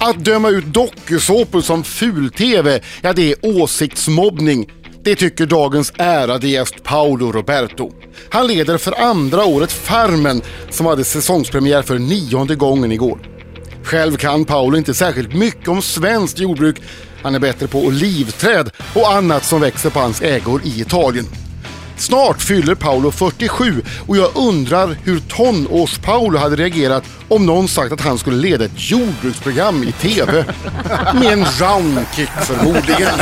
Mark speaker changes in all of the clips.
Speaker 1: Att döma ut dokusåpor som ful-tv, ja det är åsiktsmobbning. Det tycker dagens ärade gäst Paolo Roberto. Han leder för andra året Farmen som hade säsongspremiär för nionde gången igår. Själv kan Paolo inte särskilt mycket om svenskt jordbruk. Han är bättre på olivträd och annat som växer på hans ägor i Italien. Snart fyller Paolo 47 och jag undrar hur tonårs-Paolo hade reagerat om någon sagt att han skulle leda ett jordbruksprogram i TV. Med en roundkick förmodligen.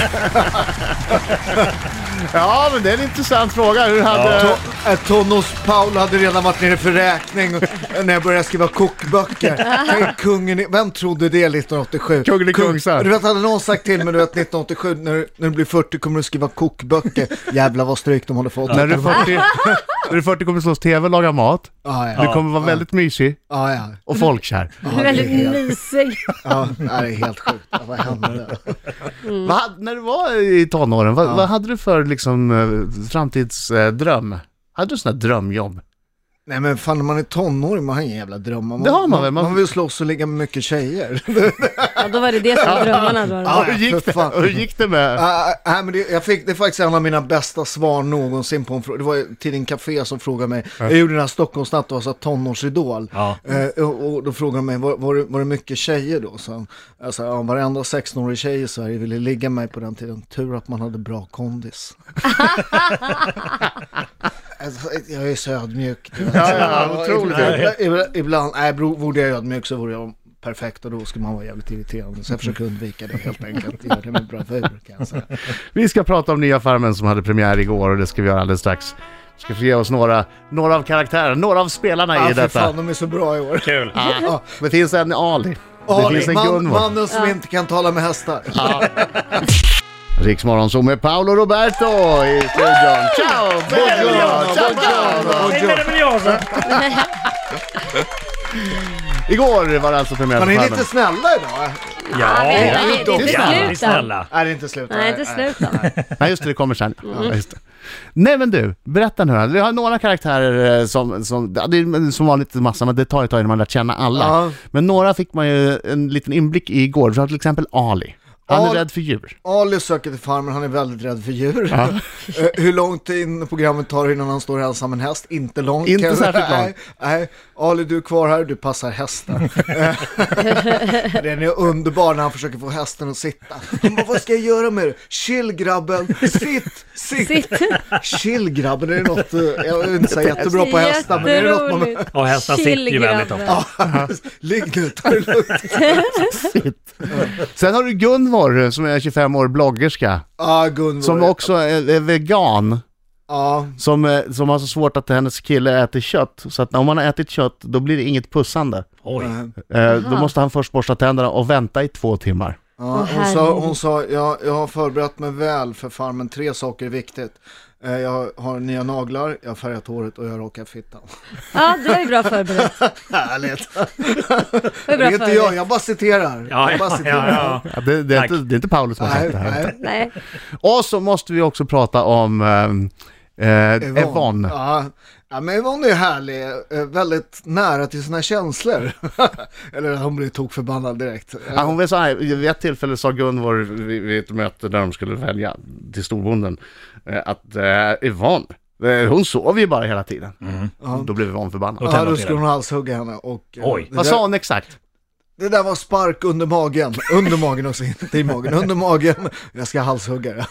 Speaker 2: Ja, men det är en intressant fråga. Hur hade...
Speaker 3: To- eh, Tonos Paul hade redan varit nere för räkning och- när jag började skriva kokböcker. Tänk kungen, i- vem trodde det 1987?
Speaker 2: Kungen i Kungsan.
Speaker 3: Du vet, hade någon sagt till mig, du vet 1987, när, du- när du blir 40 kommer du skriva kokböcker. Jävlar vad stryk de håller på
Speaker 2: När du är 40, när du är 40 kommer du slås tv och laga mat.
Speaker 3: Ja,
Speaker 2: Du
Speaker 3: ja, Mm.
Speaker 2: kommer vara väldigt mysig
Speaker 3: ja, ja.
Speaker 2: och folkkär.
Speaker 3: det är
Speaker 4: Väldigt
Speaker 3: helt-
Speaker 4: mysig.
Speaker 3: Ja, det här är helt sjukt. Ja, vad hände där? Mm.
Speaker 2: Vad, när du var i tonåren, vad, vad hade du för liksom, eh, framtidsdröm? Hade du sådana drömjobb?
Speaker 3: Nej men fan, när man är tonåring, man har ingen jävla drömmar. Man,
Speaker 2: Det har man väl, man-
Speaker 3: Man, man vill slåss och ligga med mycket tjejer.
Speaker 4: Ja, då var det det som var drömmarna då.
Speaker 3: Ja,
Speaker 2: hur, gick
Speaker 3: för
Speaker 2: det,
Speaker 3: fan.
Speaker 2: hur gick det med...
Speaker 3: Ah, ah, nej, men det, jag fick, det är faktiskt en av mina bästa svar någonsin på en fråga. Det var ju tidningen Café som frågade mig. Jag gjorde den här Stockholmsnatt och var så här tonårsidol.
Speaker 5: Ja.
Speaker 3: Eh, och, och då frågade de mig, var, var, det, var det mycket tjejer då? Så, han- jag sa, ja, varenda 16-årig tjej i Sverige ville ligga med mig på den tiden. Tur att man hade bra kondis. Alltså, jag är så ödmjuk. du vet.
Speaker 2: ja, otroligt.
Speaker 3: Ibland- Ibland, ibland, nej, bro- vore jag ödmjuk så vore jag perfekt och då skulle man vara jävligt irriterande. Så jag försöker undvika det helt enkelt. Gör det med bravur kan jag säga.
Speaker 2: Vi ska prata om nya Farmen som hade premiär igår och det ska vi göra alldeles strax. Vi ska få ge oss några, några av karaktärerna, några av spelarna
Speaker 3: Ja,
Speaker 2: i
Speaker 3: för
Speaker 2: detta.
Speaker 3: fan, de är så bra i år.
Speaker 5: Kul.
Speaker 2: Det finns en Ali. Det
Speaker 3: Ali,
Speaker 2: finns en
Speaker 3: man,
Speaker 2: Gunvor.
Speaker 3: mannen som inte kan tala med hästar.
Speaker 2: Riksmorgon så med Paolo Roberto i studion. Ciao! Buongiorno! Ciao, Paolo!
Speaker 5: Det är meraviglioso.
Speaker 2: Igår var det alltså premiär
Speaker 3: Man
Speaker 2: för
Speaker 3: är
Speaker 2: Farmen.
Speaker 3: lite snälla idag.
Speaker 4: Ja,
Speaker 5: Ja,
Speaker 4: vänta, det- det är
Speaker 5: vi
Speaker 4: inte
Speaker 5: är
Speaker 4: slut än.
Speaker 5: snälla.
Speaker 3: Nej, det är inte slut.
Speaker 4: Nej, inte slut än.
Speaker 2: Nej just det, det kommer sen.
Speaker 3: Mm.
Speaker 2: Ja, just det. Nej men du, berätta nu då. Vi har några karaktärer eh, som, som, ja, det är som vanligt en massa, men det tar ett tag innan man lärt känna alla.
Speaker 3: Ja.
Speaker 2: Men några fick man ju en liten inblick i igår, vi har till exempel Ali. Han är
Speaker 3: Ali-
Speaker 2: rädd för djur.
Speaker 3: Ali söker till farmen, han är väldigt rädd för djur. Eh, Hur långt in i programmet tar det innan han står ensam en häst? Inte långt.
Speaker 2: Inte
Speaker 3: kan jag-
Speaker 2: särskilt långt.
Speaker 3: Nej, nej. Ali, du är kvar här, du passar hästen. Eh, Den är underbar när han försöker få hästen att sitta. Han bara, vad ska jag göra med det? Chill grabben, sitt, sitt.
Speaker 4: Sitt.
Speaker 3: Chill grabben, är det något, eh, jag är inte så jättebra på hästar, men är det något man...
Speaker 4: Jätteroligt.
Speaker 5: Och hästar
Speaker 4: Chill,
Speaker 5: sitter ju väldigt
Speaker 4: grabben.
Speaker 5: ofta.
Speaker 3: Ligg nu, ta det lugnt.
Speaker 2: Shit. Sen har du Gunvor eh, som är 25 år bloggerska,
Speaker 3: Ja, Gunvor.
Speaker 2: som också är, är vegan.
Speaker 3: Ja,
Speaker 2: Som, eh, som har så svårt att hennes kille äter kött, så att om han har ätit kött då blir det inget pussande.
Speaker 5: Oj.
Speaker 2: Eh, då måste han först borsta tänderna och vänta i två timmar.
Speaker 3: ja.
Speaker 4: Åh,
Speaker 3: hon sa,
Speaker 4: herregud.
Speaker 3: hon sa jag, jag har förberett mig väl för Farmen. Tre saker är viktigt. Eh, Jag har nya naglar, jag har färgat håret och jag rakar fittan.
Speaker 4: Ja, det var ju bra förberett.
Speaker 3: Härligt!
Speaker 4: Det var
Speaker 3: Det
Speaker 4: bra
Speaker 3: är inte jag,
Speaker 4: förberett.
Speaker 3: jag bara citerar.
Speaker 5: Ja,
Speaker 3: jag bara
Speaker 5: ja, ja, ja.
Speaker 2: Ja, det, det, är
Speaker 5: Tack.
Speaker 2: inte, det är inte Paulus som har sagt
Speaker 3: Nej,
Speaker 2: det här.
Speaker 3: nej.
Speaker 4: Nej.
Speaker 2: Och så måste vi också prata om eh, eh, Evon.
Speaker 3: Ja. ja, men Yvonne är ju härlig, eh, väldigt nära till sina känslor. Eller hon blir tokförbannad direkt.
Speaker 2: Ja, hon var så här, vid ett tillfälle sa Gunvor vid vid ett möte där de skulle välja till storbonden eh, att eh, Yvonne, eh, hon sover ju bara hela tiden. Då blev Yvonne förbannad.
Speaker 5: Mm. Och
Speaker 3: Ja,
Speaker 5: tända
Speaker 3: då
Speaker 5: till
Speaker 3: skulle
Speaker 5: den.
Speaker 3: hon halshugga henne och... eh,
Speaker 5: Oj.
Speaker 3: det
Speaker 2: Vad
Speaker 3: där-
Speaker 2: sa hon exakt?
Speaker 3: Det där var spark under magen, under magen också, inte i magen, under magen. Jag ska halshugga det.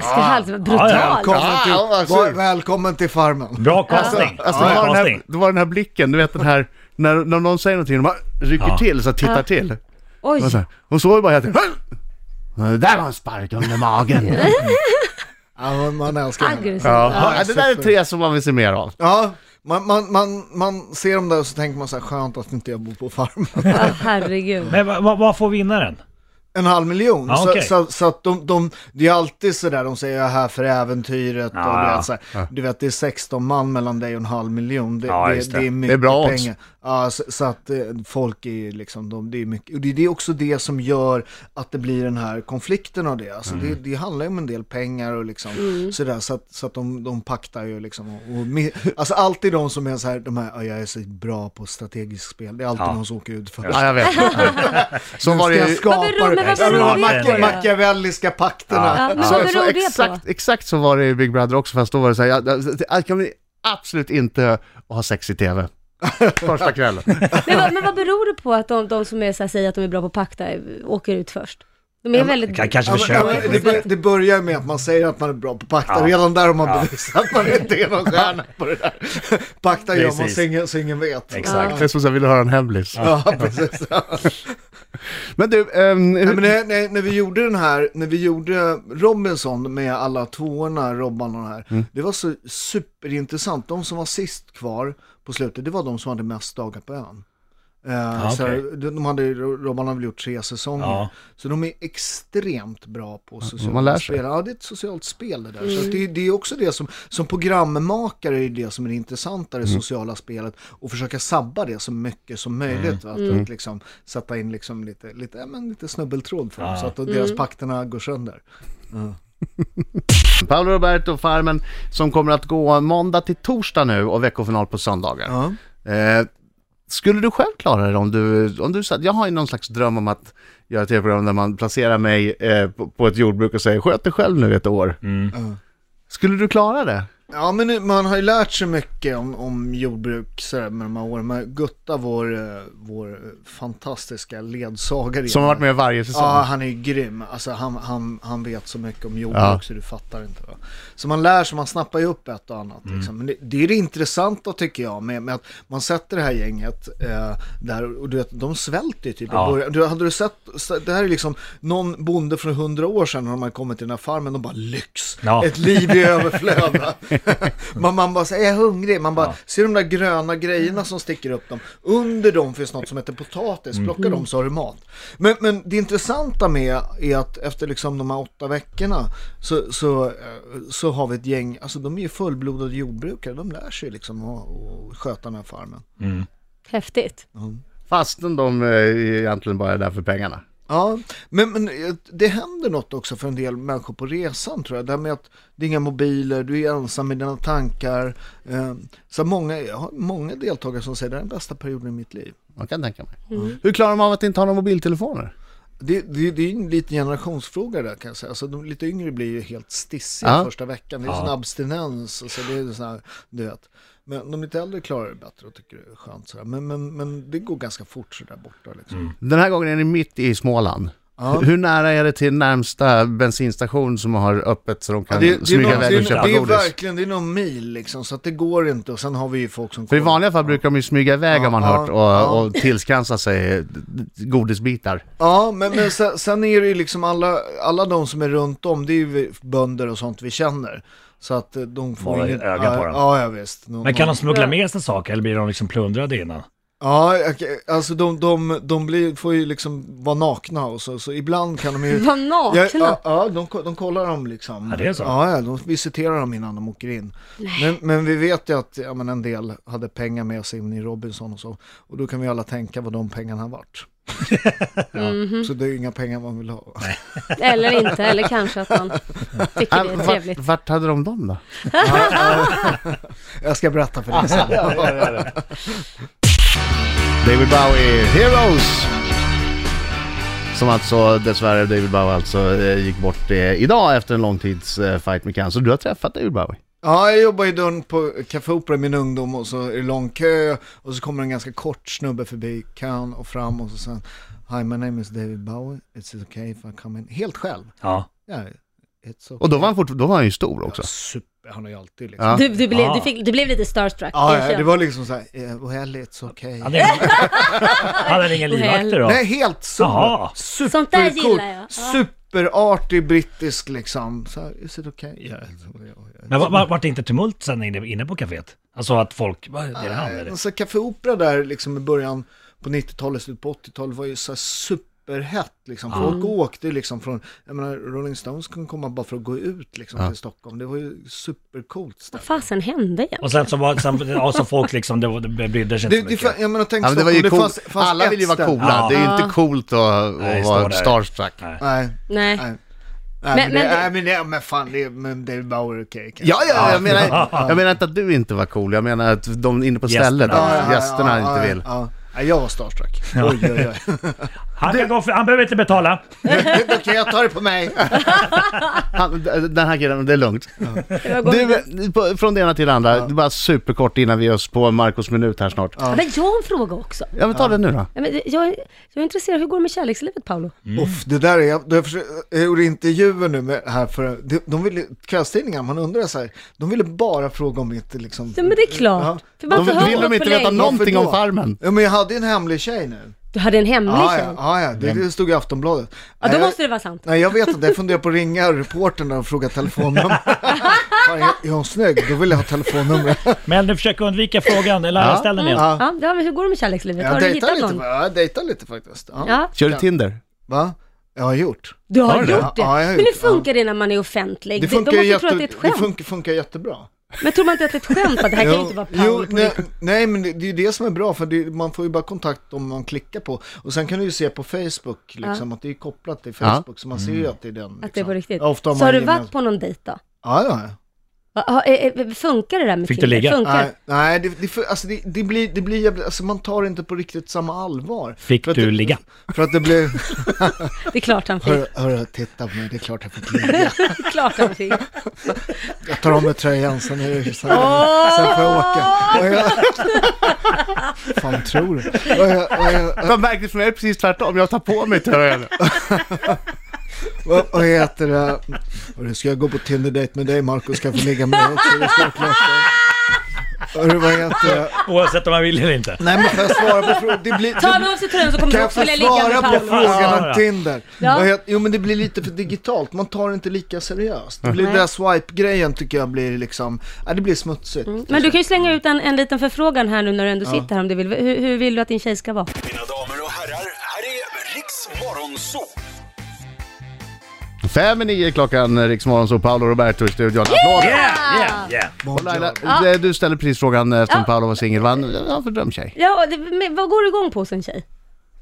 Speaker 3: Ah.
Speaker 4: Ska halsen vara brutal?
Speaker 5: Ja,
Speaker 3: Välkommen,
Speaker 2: Ah,
Speaker 3: till,
Speaker 2: hon var sur.
Speaker 3: var, välkommen till farmen.
Speaker 5: Bra kastning.
Speaker 2: Alltså,
Speaker 5: Bra
Speaker 2: det, var den här,
Speaker 5: kastning.
Speaker 2: det var den här blicken, du vet den här, när, när någon säger någonting, de bara rycker
Speaker 5: Ja.
Speaker 2: till så här, tittar till.
Speaker 4: Oj,
Speaker 2: Och så här, hon sover bara hela tiden. "Ah!" Det där var en spark under magen.
Speaker 3: Ja, man, man älskar henne.
Speaker 4: aggressiv.
Speaker 2: ja, det där är tre som man vill se mer av.
Speaker 3: Ja, man, man, man, man ser dem där och så tänker man så här, skönt att inte jag bor på farmen.
Speaker 4: Ja, herregud.
Speaker 5: Men vad- vad vad får vinnaren?
Speaker 3: en halv miljon.
Speaker 5: Ja,
Speaker 3: så,
Speaker 5: okej.
Speaker 3: så, så att de, de, det är alltid sådär, de säger jag är här för äventyret
Speaker 5: Ja,
Speaker 3: och du
Speaker 5: ja.
Speaker 3: vet, så här, du vet det är 16 man mellan dig och en halv miljon. Det,
Speaker 5: Ja,
Speaker 3: det,
Speaker 5: just
Speaker 3: det.
Speaker 5: det.
Speaker 3: är mycket
Speaker 2: Det är bra odds.
Speaker 3: pengar. Ja, så, så att eh, folk är ju liksom, de, det är mycket, och det, det är också det som gör att det blir den här konflikten av det.
Speaker 5: Mm.
Speaker 3: Alltså det, det handlar ju om en del pengar och liksom sådär, så att, så att de, de paktar ju liksom. Och, och, mi- alltså alltid de som är så här, de här, "Ja, jag är så bra på strategiskt spel, det är alltid
Speaker 5: Ja.
Speaker 3: någon som åker ut först.
Speaker 2: Ja, jag vet. Så var det
Speaker 3: Ska jag
Speaker 2: ju...
Speaker 3: skapa
Speaker 4: Vad beror- men vad
Speaker 3: Ja,
Speaker 5: beror
Speaker 3: de
Speaker 5: det på?
Speaker 3: Mac- machiavelliska pakterna.
Speaker 4: Ja, men
Speaker 2: Så-
Speaker 4: vad
Speaker 2: så
Speaker 4: beror det
Speaker 2: exakt,
Speaker 4: på?
Speaker 2: exakt så var det i Big Brother också, fast då var det så här, jag, det- det kan vi absolut inte ha sex i tv. Första kvällen.
Speaker 4: Men vad, men vad beror det på att de, de som är så här, säger att de är bra på att pakta eh, åker ut först? De är väldigt...
Speaker 5: Kan- Kanske
Speaker 3: Ja, men, ja, men det,
Speaker 5: försöker.
Speaker 3: bör- det börjar med att man säger att man är bra på pakta,
Speaker 5: Ja.
Speaker 3: redan där har man bevisat att man inte är någon stjärna på det där. Pakta gör man
Speaker 5: Precis.
Speaker 3: så ingen, så ingen vet.
Speaker 5: Exakt.
Speaker 2: Det är som att vill du höra en hemlis?
Speaker 3: Ja, precis.
Speaker 2: Men du, ehm,
Speaker 3: Nej, men när, när, när vi gjorde den här, när vi gjorde Robinson med alla tvåorna, Robban och det här,
Speaker 5: Mm.
Speaker 3: det var så superintressant. De som var sist kvar på slutet, det var de som hade mest dagar på ön. Eh, så här, de de hade, Robban har väl gjort tre säsonger.
Speaker 5: Ja. Mm,
Speaker 3: Så de är extremt bra på socialt
Speaker 2: man lär sig.
Speaker 3: spel. Ja, det är ett socialt spel det där. Så det, det är också det som, som programmakare är ju det som är det intressanta i
Speaker 2: Mm.
Speaker 3: det sociala spelet. Och försöka sabba det så mycket som möjligt. va? Att,
Speaker 2: Mm.
Speaker 3: att liksom sätta in liksom lite, lite, ja, men lite snubbeltråd för dem. Så att deras pakterna går sönder.
Speaker 2: Paolo Roberto Farmen som kommer att gå måndag till torsdag nu och veckofinal på söndagar.
Speaker 3: Ja.
Speaker 2: Eh, skulle du själv klara det om du, om du sa, jag har ju någon slags dröm om att göra ett tv-program där man placerar mig eh, på, på ett jordbruk och säger sköt dig själv nu ett år. Skulle du klara det?
Speaker 3: Ja men nu- man har ju lärt sig mycket om, om jordbruk sådär med de här åren. Men Gutta, vår, eh, vår eh, fantastiska ledsagare.
Speaker 2: Som har varit med varje säsong.
Speaker 3: Ja, han är ju grym. Alltså, han, han, han vet så mycket om jordbruk
Speaker 2: Ja.
Speaker 3: så du fattar inte. Va? Så man lär sig, man snappar ju upp ett och annat. Liksom. Men det, det är det intressanta tycker jag med, med att man sätter det här gänget eh, där och du vet, de svälter ju typ
Speaker 5: Ja.
Speaker 3: i början. Du, hade du sett, så- det här är liksom någon bonde från hundra år sedan när de hade kommit till den här farmen, de bara lyx,
Speaker 5: Ja.
Speaker 3: ett liv i överflöd. va? man, man bara, så, är jag hungrig? Man bara, ser de där gröna grejerna som sticker upp dem? Under dem finns något som heter potatis, plocka dem så har du mat. Men, men det intressanta med är att efter liksom de här åtta veckorna så, så, eh, så har vi ett gäng, alltså de är ju fullblodade jordbrukare, de lär sig liksom att, att sköta den här farmen.
Speaker 4: Häftigt.
Speaker 2: Fastän de eh, egentligen bara är där för pengarna.
Speaker 3: Ja, men, men eh, det händer något också för en del människor på resan tror jag. Det här med att det är inga mobiler, du är ensam med dina tankar. Eh, Så många, jag har många deltagare som säger det här är den bästa perioden i mitt liv.
Speaker 2: Man kan tänka mig.
Speaker 3: Mm.
Speaker 2: Hur klarar de av att inte ha några mobiltelefoner?
Speaker 3: Det, det, det är ju en liten generationsfråga där kan jag säga. Alltså, de lite yngre blir ju helt stissiga
Speaker 2: Ja.
Speaker 3: första veckan. Det är ju sån abstinens. Alltså, det är ju sån här, du vet. Men de lite äldre klarar det bättre och tycker det är skönt. Sådär. Men, men, men det går ganska fort så där borta. Liksom.
Speaker 2: Den här gången är ni mitt i Småland. Hur- Hur nära är det till närmsta bensinstation som har öppet så de kan
Speaker 3: Det, det, är
Speaker 2: smyga
Speaker 3: någon, det,
Speaker 2: iväg och
Speaker 3: är,
Speaker 2: köpa
Speaker 3: det är
Speaker 2: godis?
Speaker 3: verkligen, det är någon mil liksom, så att det går inte. Och sen har vi ju folk som
Speaker 2: För i
Speaker 3: kollar.
Speaker 2: vanliga fall brukar de ju smyga iväg har man
Speaker 3: Ja,
Speaker 2: hört
Speaker 3: ja.
Speaker 2: och, och tillskansa sig godisbitar.
Speaker 3: Ja, men, men sen, sen är det ju liksom alla, alla de som är runt om, det är ju vi- bönder och sånt vi känner. Så att eh, de får
Speaker 5: Bara
Speaker 3: ingen-
Speaker 5: öga på
Speaker 3: ja,
Speaker 5: dem.
Speaker 3: Ja, ja visst. Nå-
Speaker 5: Men kan
Speaker 3: nå-
Speaker 5: de smuggla med sig saker eller blir de liksom plundrade innan?
Speaker 3: Ja, okej, alltså de, de, de blir, får ju liksom vara nakna och så, så ibland kan de ju...
Speaker 4: Vad nakna.
Speaker 3: Ja, ja, ja de, ko- de kollar dem liksom.
Speaker 5: Ja, det är så.
Speaker 3: Ja, ja, de visiterar dem innan de åker in. Men, men vi vet ju att ja, men en del hade pengar med sig in i Robinson och så. Och då kan vi alla tänka vad de pengarna har varit. Så det är ju inga pengar man vill ha.
Speaker 4: Eller inte, eller kanske att man tycker det
Speaker 2: Äh,
Speaker 4: är
Speaker 2: vart,
Speaker 4: trevligt.
Speaker 2: vart hade de dem då?
Speaker 3: Jag ska berätta för dig sen.
Speaker 2: David Bowie, Heroes! Som alltså, dessvärre, David Bowie alltså eh, gick bort eh, idag efter en lång tids eh, fight med cancer. Du har träffat David Bowie?
Speaker 3: Ja, jag jobbade i dörren på Café Opera i min ungdom och så är det lång kö och så kommer en ganska kort snubbe förbi kön och fram och så sen Hi, my name is David Bowie. It's okay if I come in. Helt själv.
Speaker 5: Ja.
Speaker 3: Ja, it's okay.
Speaker 2: Och då var han, fort, då var han ju stor också.
Speaker 3: Super, han är ju alltid liksom.
Speaker 2: Ja.
Speaker 4: Du, du, blev,
Speaker 5: Ah.
Speaker 4: du, fick, du blev lite starstruck.
Speaker 3: Ja,
Speaker 4: erkänn.
Speaker 3: ja, det var liksom så här, eh, well it's okay.
Speaker 5: Hade ingen, hade han ingen livvakter då?
Speaker 3: Nej, helt så.
Speaker 5: Jaha.
Speaker 3: Supercool,
Speaker 4: Sånt där gillar jag. Ja.
Speaker 3: Superartig brittisk liksom. Så här, is it okay? Yeah, it's okay.
Speaker 5: Men var, var, var det inte tumult sen inne, inne på kaféet? Alltså att folk, vad är det han eller?
Speaker 3: Alltså Café Opera där liksom i början på 90-talet, slutet på 80-talet var ju så här super superhett. Liksom. Folk åkte liksom från, jag menar Rolling Stones kunde komma bara för att gå ut liksom, till Stockholm. Det var ju supercoolt ställe.
Speaker 4: Vad fasen hände egentligen?
Speaker 5: Och sen så var sen, ja, så folk liksom, det, var- det brydde sig
Speaker 3: Det,
Speaker 5: inte
Speaker 3: det,
Speaker 5: så mycket.
Speaker 3: fa- jag menar, tänk
Speaker 2: Ja, men det var ju
Speaker 3: Stockholm,
Speaker 2: coolt.
Speaker 3: fanns- fanns
Speaker 2: Alla
Speaker 3: ett
Speaker 2: vill ju vara
Speaker 3: ställe.
Speaker 2: coola.
Speaker 5: Ja.
Speaker 2: Det är ju inte coolt att,
Speaker 5: Nej,
Speaker 2: att
Speaker 5: stå
Speaker 2: vara
Speaker 5: där.
Speaker 2: starstruck.
Speaker 3: Nej,
Speaker 4: Nej.
Speaker 3: nej. Nej, men,
Speaker 4: Men- men
Speaker 3: det,
Speaker 4: det-
Speaker 3: nej, men, det, men fan, det, men David Bauer är okej. kanske.
Speaker 2: Ja, ja, jag, menar, jag menar inte att du inte var cool. Jag menar att de inne på
Speaker 5: Gästerna.
Speaker 2: stället,
Speaker 5: Ja,
Speaker 2: gästerna inte vill.
Speaker 3: Ja, ja. jag var starstruck. Oj, oj, oj.
Speaker 5: Han, kan gå för, han behöver inte betala.
Speaker 3: Då kan jag ta det på mig.
Speaker 2: Han, d- den här killen, det är lugnt.
Speaker 4: Det var gott.
Speaker 2: Du, på, från det ena till det andra, det är bara superkort innan vi är oss på Marcos minut här snart.
Speaker 4: Ja, men jag har en fråga också.
Speaker 2: Ja men ta den nu då.
Speaker 4: Ja, men det- Jag är, jag är intresserad, hur går det med kärlekslivet Paolo?
Speaker 2: Mm.
Speaker 3: Uff, det där är, jag, jag, försöker, jag gjorde intervjuer nu med, här för, de, de ville, kvällstidningar, man undrar så här, de ville bara fråga om mitt liksom...
Speaker 4: Ja, men det är klart. För man
Speaker 2: De,
Speaker 4: får höra
Speaker 2: vill de
Speaker 4: på
Speaker 2: inte veta
Speaker 4: länge.
Speaker 2: någonting
Speaker 3: Varför
Speaker 2: om
Speaker 3: då?
Speaker 2: Farmen?
Speaker 3: Ja, men jag hade ju en hemlig tjej nu.
Speaker 4: Du hade en hemlig
Speaker 3: Ja,
Speaker 4: tjej.
Speaker 3: ja, ja, ja det, det stod i Aftonbladet.
Speaker 4: liksom. Ja, då
Speaker 3: Nej,
Speaker 4: måste det vara sant.
Speaker 3: Nej, jag vet inte. Jag funderar på att ringa reportern och fråga telefonnummer. Fan, är- är hon snygg? Då vill jag ha telefonnumret.
Speaker 5: Men du försöker undvika frågan, eller
Speaker 2: Ja.
Speaker 5: ställ den igen.
Speaker 3: Ja.
Speaker 4: Mm. Ja, ja men hur går det med kärlekslivet?
Speaker 3: Jag
Speaker 4: har du
Speaker 3: dejtar
Speaker 4: hittat
Speaker 3: lite,
Speaker 4: någon?
Speaker 3: ja, jag dejtar lite faktiskt. Ja.
Speaker 4: Ja,
Speaker 2: Kör du Tinder?
Speaker 3: Va? Jag har gjort.
Speaker 4: du har,
Speaker 2: Har du?
Speaker 4: gjort det.
Speaker 3: Ja, jag har
Speaker 4: men hur
Speaker 3: gjort det.
Speaker 4: funkar det när man är offentlig?
Speaker 3: Det funkar,
Speaker 4: De
Speaker 3: ju
Speaker 4: måste tro
Speaker 3: jätte,
Speaker 4: att det är ett
Speaker 3: det
Speaker 4: skämt.
Speaker 3: funkar, funkar jättebra.
Speaker 4: Men tror man inte att det är ett skämt? Att det här kan ju
Speaker 3: Jo,
Speaker 4: inte vara
Speaker 3: jo,
Speaker 4: Paolo på
Speaker 3: nej,
Speaker 4: riktigt.
Speaker 3: nej, men det, det är ju det som är bra, för det, man får ju bara kontakt om man klickar på. Och sen kan du ju se på Facebook, liksom, att det är kopplat till Facebook, så man ser ju att det är den. Liksom.
Speaker 4: Mm. Att det är på riktigt.
Speaker 3: Ja, Ofta
Speaker 4: Så har du
Speaker 3: gemensam-
Speaker 4: varit på någon dejt då?
Speaker 3: Ja, ja, ja.
Speaker 4: Ja, ja, eh, eh, Funkar det där med
Speaker 5: Fick du
Speaker 4: Tinder?
Speaker 5: ligga?
Speaker 4: Funkar?
Speaker 3: Nej, nej det, det, för- alltså det, det blir, det blir jävla- alltså man tar det inte på riktigt samma allvar.
Speaker 5: Fick
Speaker 3: För att
Speaker 5: du
Speaker 3: det,
Speaker 5: ligga?
Speaker 3: För att det blir,
Speaker 4: Det är klart han fick.
Speaker 3: hör, hör, titta på mig, det är klart jag fick ligga.
Speaker 4: Det är klart han fick.
Speaker 3: Jag tar av mig tröjan, sen, är det, sen, sen får
Speaker 4: Åh!
Speaker 3: jag åka. Och jag, fan tror du? Och jag, och jag,
Speaker 2: Vad märkligt för mig är det precis tvärtom, jag tar på mig tröjan.
Speaker 3: Vad vad heter det? Hörru, ska jag gå på Tinder-date med dig Marco? Ska jag få ligga med dig också? Det är snart klart. Hörru, vad heter det?
Speaker 5: Oavsett om han vill eller inte.
Speaker 3: Nej, men får jag svara på frågan? Det blir...
Speaker 4: Ta
Speaker 3: Det...
Speaker 4: nu av sig tröjan så
Speaker 3: Kan
Speaker 4: kommer du
Speaker 3: jag
Speaker 4: också
Speaker 3: få
Speaker 4: vilja ligga med
Speaker 3: svara på
Speaker 4: Paolo.
Speaker 3: frågan
Speaker 5: Ja.
Speaker 3: om Tinder?
Speaker 4: Ja.
Speaker 3: Vad heter- Jo men det blir lite för digitalt, man tar det inte lika seriöst. Det blir
Speaker 4: Nej.
Speaker 3: den där swipe-grejen tycker jag blir liksom, ja det blir smutsigt.
Speaker 4: Men du kan ju slänga ut en, en liten förfrågan här nu när du ändå sitter här om du vill. Hur, hur vill du att din tjej ska vara?
Speaker 6: Mina damer och herrar, här är Riks Morgonzoo!
Speaker 2: Fem i nio klockan, eh, Riksmorgon, så Paolo Roberto i studion. Applåder!
Speaker 4: Ah.
Speaker 5: Yeah, yeah, yeah.
Speaker 2: Och Laila, det- du ställer precis frågan eh, eftersom Paolo var singel, vad han ja, för drömtjej?
Speaker 4: Ja, det, men vad går du igång på sen tjej?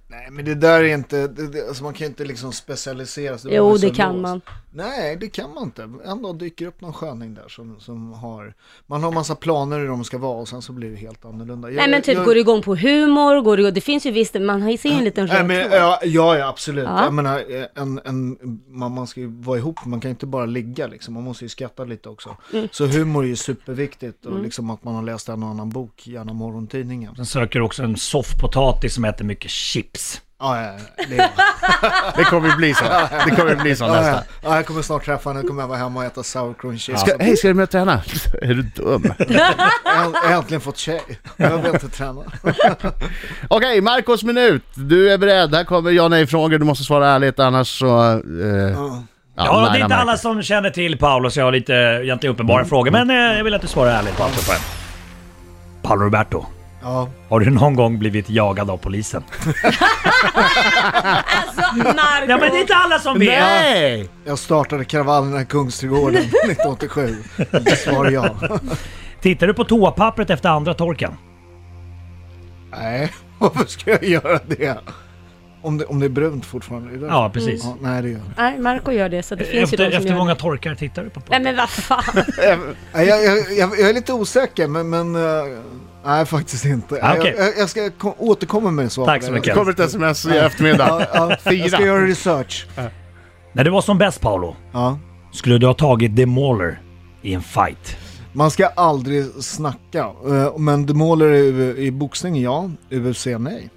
Speaker 3: Nej men det där är inte, det, det, alltså man kan ju inte liksom specialisera sig. liksom
Speaker 4: Jo,
Speaker 3: Man är så
Speaker 4: det kan
Speaker 3: låst.
Speaker 4: man.
Speaker 3: Nej, det kan man inte. En dag dyker upp någon sköning där som, som har, man har massa planer hur de ska vara och sen så blir det helt annorlunda. Jag,
Speaker 4: Nej men typ,
Speaker 3: jag,
Speaker 4: går du igång på humor? Går du, det finns ju visst, man ser ju en liten
Speaker 3: Nej,
Speaker 4: röd
Speaker 3: men,
Speaker 4: tråd.
Speaker 3: ja, ja, ja, absolut.
Speaker 4: Ja.
Speaker 3: Jag menar, eh, en, en, man, man ska ju vara ihop, man kan ju inte bara ligga liksom, man måste ju skratta lite också.
Speaker 4: Mm.
Speaker 3: Så humor är ju superviktigt och liksom att man har läst en och annan bok, gärna morgontidningen.
Speaker 5: Sen söker du också en soffpotatis som äter mycket chips.
Speaker 3: Ja, ja, ja, det är
Speaker 2: Det kommer ju bli så, det kommer ju bli så
Speaker 3: ja,
Speaker 2: nästa.
Speaker 3: ja. ja, jag kommer snart träffa henne, kommer jag vara hemma och äta sour cream cheese.
Speaker 2: Ska, hej, ska du med och träna? Är du dum?
Speaker 3: Jag har äntligen fått tjej, jag vill inte träna.
Speaker 2: Okej, Marcos minut. Du är beredd. Här kommer ja nej-frågor. Du måste svara ärligt annars så... Eh, ja,
Speaker 5: Ja, det är
Speaker 2: nära
Speaker 5: inte alla
Speaker 2: Marcus.
Speaker 5: som känner till Paolo så jag har lite, egentligen uppenbara frågor. Men eh, jag vill att du svarar ärligt på allt på en. Paolo Roberto,
Speaker 3: Ja.
Speaker 5: har du någon gång blivit jagad av polisen?
Speaker 4: Alltså Marco!
Speaker 5: Ja men det är inte alla som vet!
Speaker 2: Nej!
Speaker 3: Jag startade kravallerna i Kungsträdgården 1987. Svar ja.
Speaker 5: Tittar du på toapappret efter andra torken?
Speaker 3: Nej, varför ska jag göra det? Om det, om det är brunt fortfarande? Är det
Speaker 5: Mm, Ja, precis.
Speaker 3: Ja, nej, det gör jag inte.
Speaker 4: Nej, Marco gör det så det finns ju
Speaker 5: Efter,
Speaker 4: de som
Speaker 5: efter
Speaker 4: gör
Speaker 5: många
Speaker 4: det.
Speaker 5: torkar tittar du på pappret?
Speaker 4: Nej men vad fan!
Speaker 3: Nej, jag, jag, jag, jag är lite osäker, men... men eh, nej, faktiskt inte.
Speaker 5: Ah, okej.
Speaker 3: jag, jag, jag ska ko- återkomma med svar.
Speaker 5: Tack
Speaker 3: på
Speaker 5: så
Speaker 3: det.
Speaker 5: mycket.
Speaker 2: Det kommer ett sms i eftermiddag.
Speaker 3: Ja, ja, jag ska
Speaker 2: Fyra.
Speaker 3: göra research.
Speaker 5: När du var som bäst Paolo,
Speaker 3: Ja.
Speaker 5: skulle du ha tagit Demoler i en fight?
Speaker 3: Man ska aldrig snacka, eh, men demoler i, i boxning ja, UFC nej.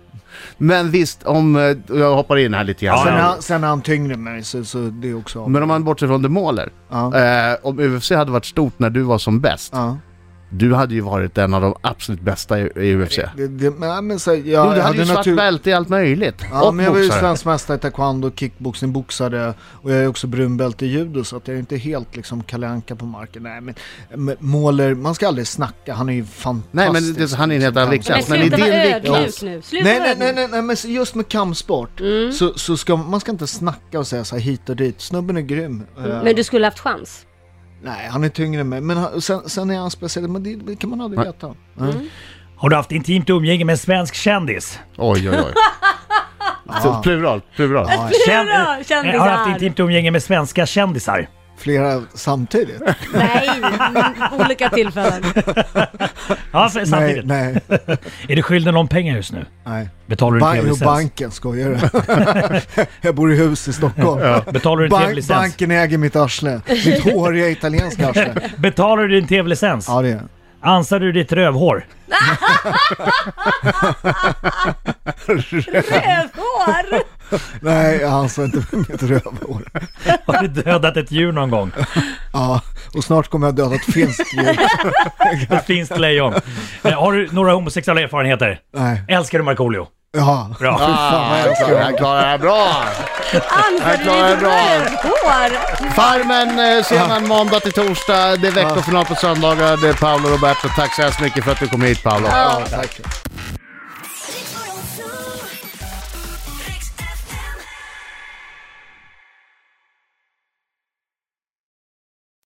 Speaker 2: Men visst, om... eh, Jag hoppar in här lite
Speaker 5: Ja,
Speaker 3: Sen, är
Speaker 2: grann.
Speaker 3: han, sen är han tyngre än mig, så, så det är också...
Speaker 2: Men om man bortser från demoler.
Speaker 3: Ja.
Speaker 2: Eh, om UFC hade varit stort när du var som bäst,
Speaker 3: Ja.
Speaker 2: Du hade ju varit en av de absolut bästa i, i UFC.
Speaker 3: Det, det, nej, men så, här, jag,
Speaker 2: jo, du
Speaker 3: jag
Speaker 2: hade ju svart
Speaker 3: natur-
Speaker 2: bälte i allt möjligt.
Speaker 3: Ja,
Speaker 2: och
Speaker 3: men jag var ju
Speaker 2: boxare.
Speaker 3: svensk mästare i taekwondo, kickboxning, boxare och jag är också brunbälte i judo så att jag är inte helt liksom Kalle Anka på marken. Nej, men men Måler, man ska aldrig snacka, han är ju fantastisk.
Speaker 2: Nej, men det- han är en helt annan
Speaker 3: Som
Speaker 4: Men
Speaker 2: viktklass,
Speaker 3: kampsport.
Speaker 2: men i
Speaker 4: sluta
Speaker 2: din
Speaker 4: vara ödmjuk
Speaker 2: viktklass-
Speaker 4: nu. Sluta Mm.
Speaker 3: Nej,
Speaker 4: vara
Speaker 3: nej, nej,
Speaker 4: ödmjuk.
Speaker 3: nej, nej, men just med kampsport så, så ska man ska inte snacka och säga så här hit och dit. Snubben är grym. Eh,
Speaker 4: Mm. Men du skulle haft chans.
Speaker 3: Nej, han är tyngre än mig. Men han, sen, sen är han speciell, men det, det kan man aldrig veta.
Speaker 4: Mm.
Speaker 3: Eh.
Speaker 5: Har du haft intimt umgänge med en svensk kändis?
Speaker 2: Oj, oj, oj. Så, plural, plural.
Speaker 4: Hurra,
Speaker 5: eh,
Speaker 4: kändisar!
Speaker 5: Har du haft intimt umgänge med svenska kändisar?
Speaker 3: Flera samtidigt.
Speaker 4: Nej, olika tillfällen.
Speaker 5: Ja, för,
Speaker 3: nej,
Speaker 5: samtidigt.
Speaker 3: nej,
Speaker 5: Är du skyldig någon pengar just nu?
Speaker 3: nej.
Speaker 5: Betalar du en
Speaker 3: Ban-
Speaker 5: tv-licens?
Speaker 3: banken, skojar du? jag bor i hus i Stockholm.
Speaker 5: Betalar du din
Speaker 3: Bank,
Speaker 5: tv-licens?
Speaker 3: banken äger mitt arsle. Mitt håriga italienska arsle.
Speaker 5: Betalar du din tv-licens?
Speaker 3: Ja, det är
Speaker 5: Ansar du ditt rövhår?
Speaker 4: Rövhår!
Speaker 3: Nej, jag ansar inte med mitt rövhår.
Speaker 5: Har du dödat ett djur någon gång?
Speaker 3: Ja, och snart kommer jag döda ett finskt djur.
Speaker 5: Ett finskt lejon? Eh, Har du några homosexuella erfarenheter?
Speaker 3: Nej,
Speaker 5: Älskar du Markoolio?
Speaker 3: ja.
Speaker 5: Bra.
Speaker 2: Ah, han klarar- han klarar det här bra!
Speaker 4: Ansar du
Speaker 2: klarar
Speaker 4: ditt
Speaker 2: bra.
Speaker 4: rövhår?
Speaker 2: Farmen eh, ser man måndag till torsdag. Det är veckofinal på söndagar. Det är Paolo Roberto. Tack så hemskt mycket för att du kom hit Paolo.
Speaker 3: tack.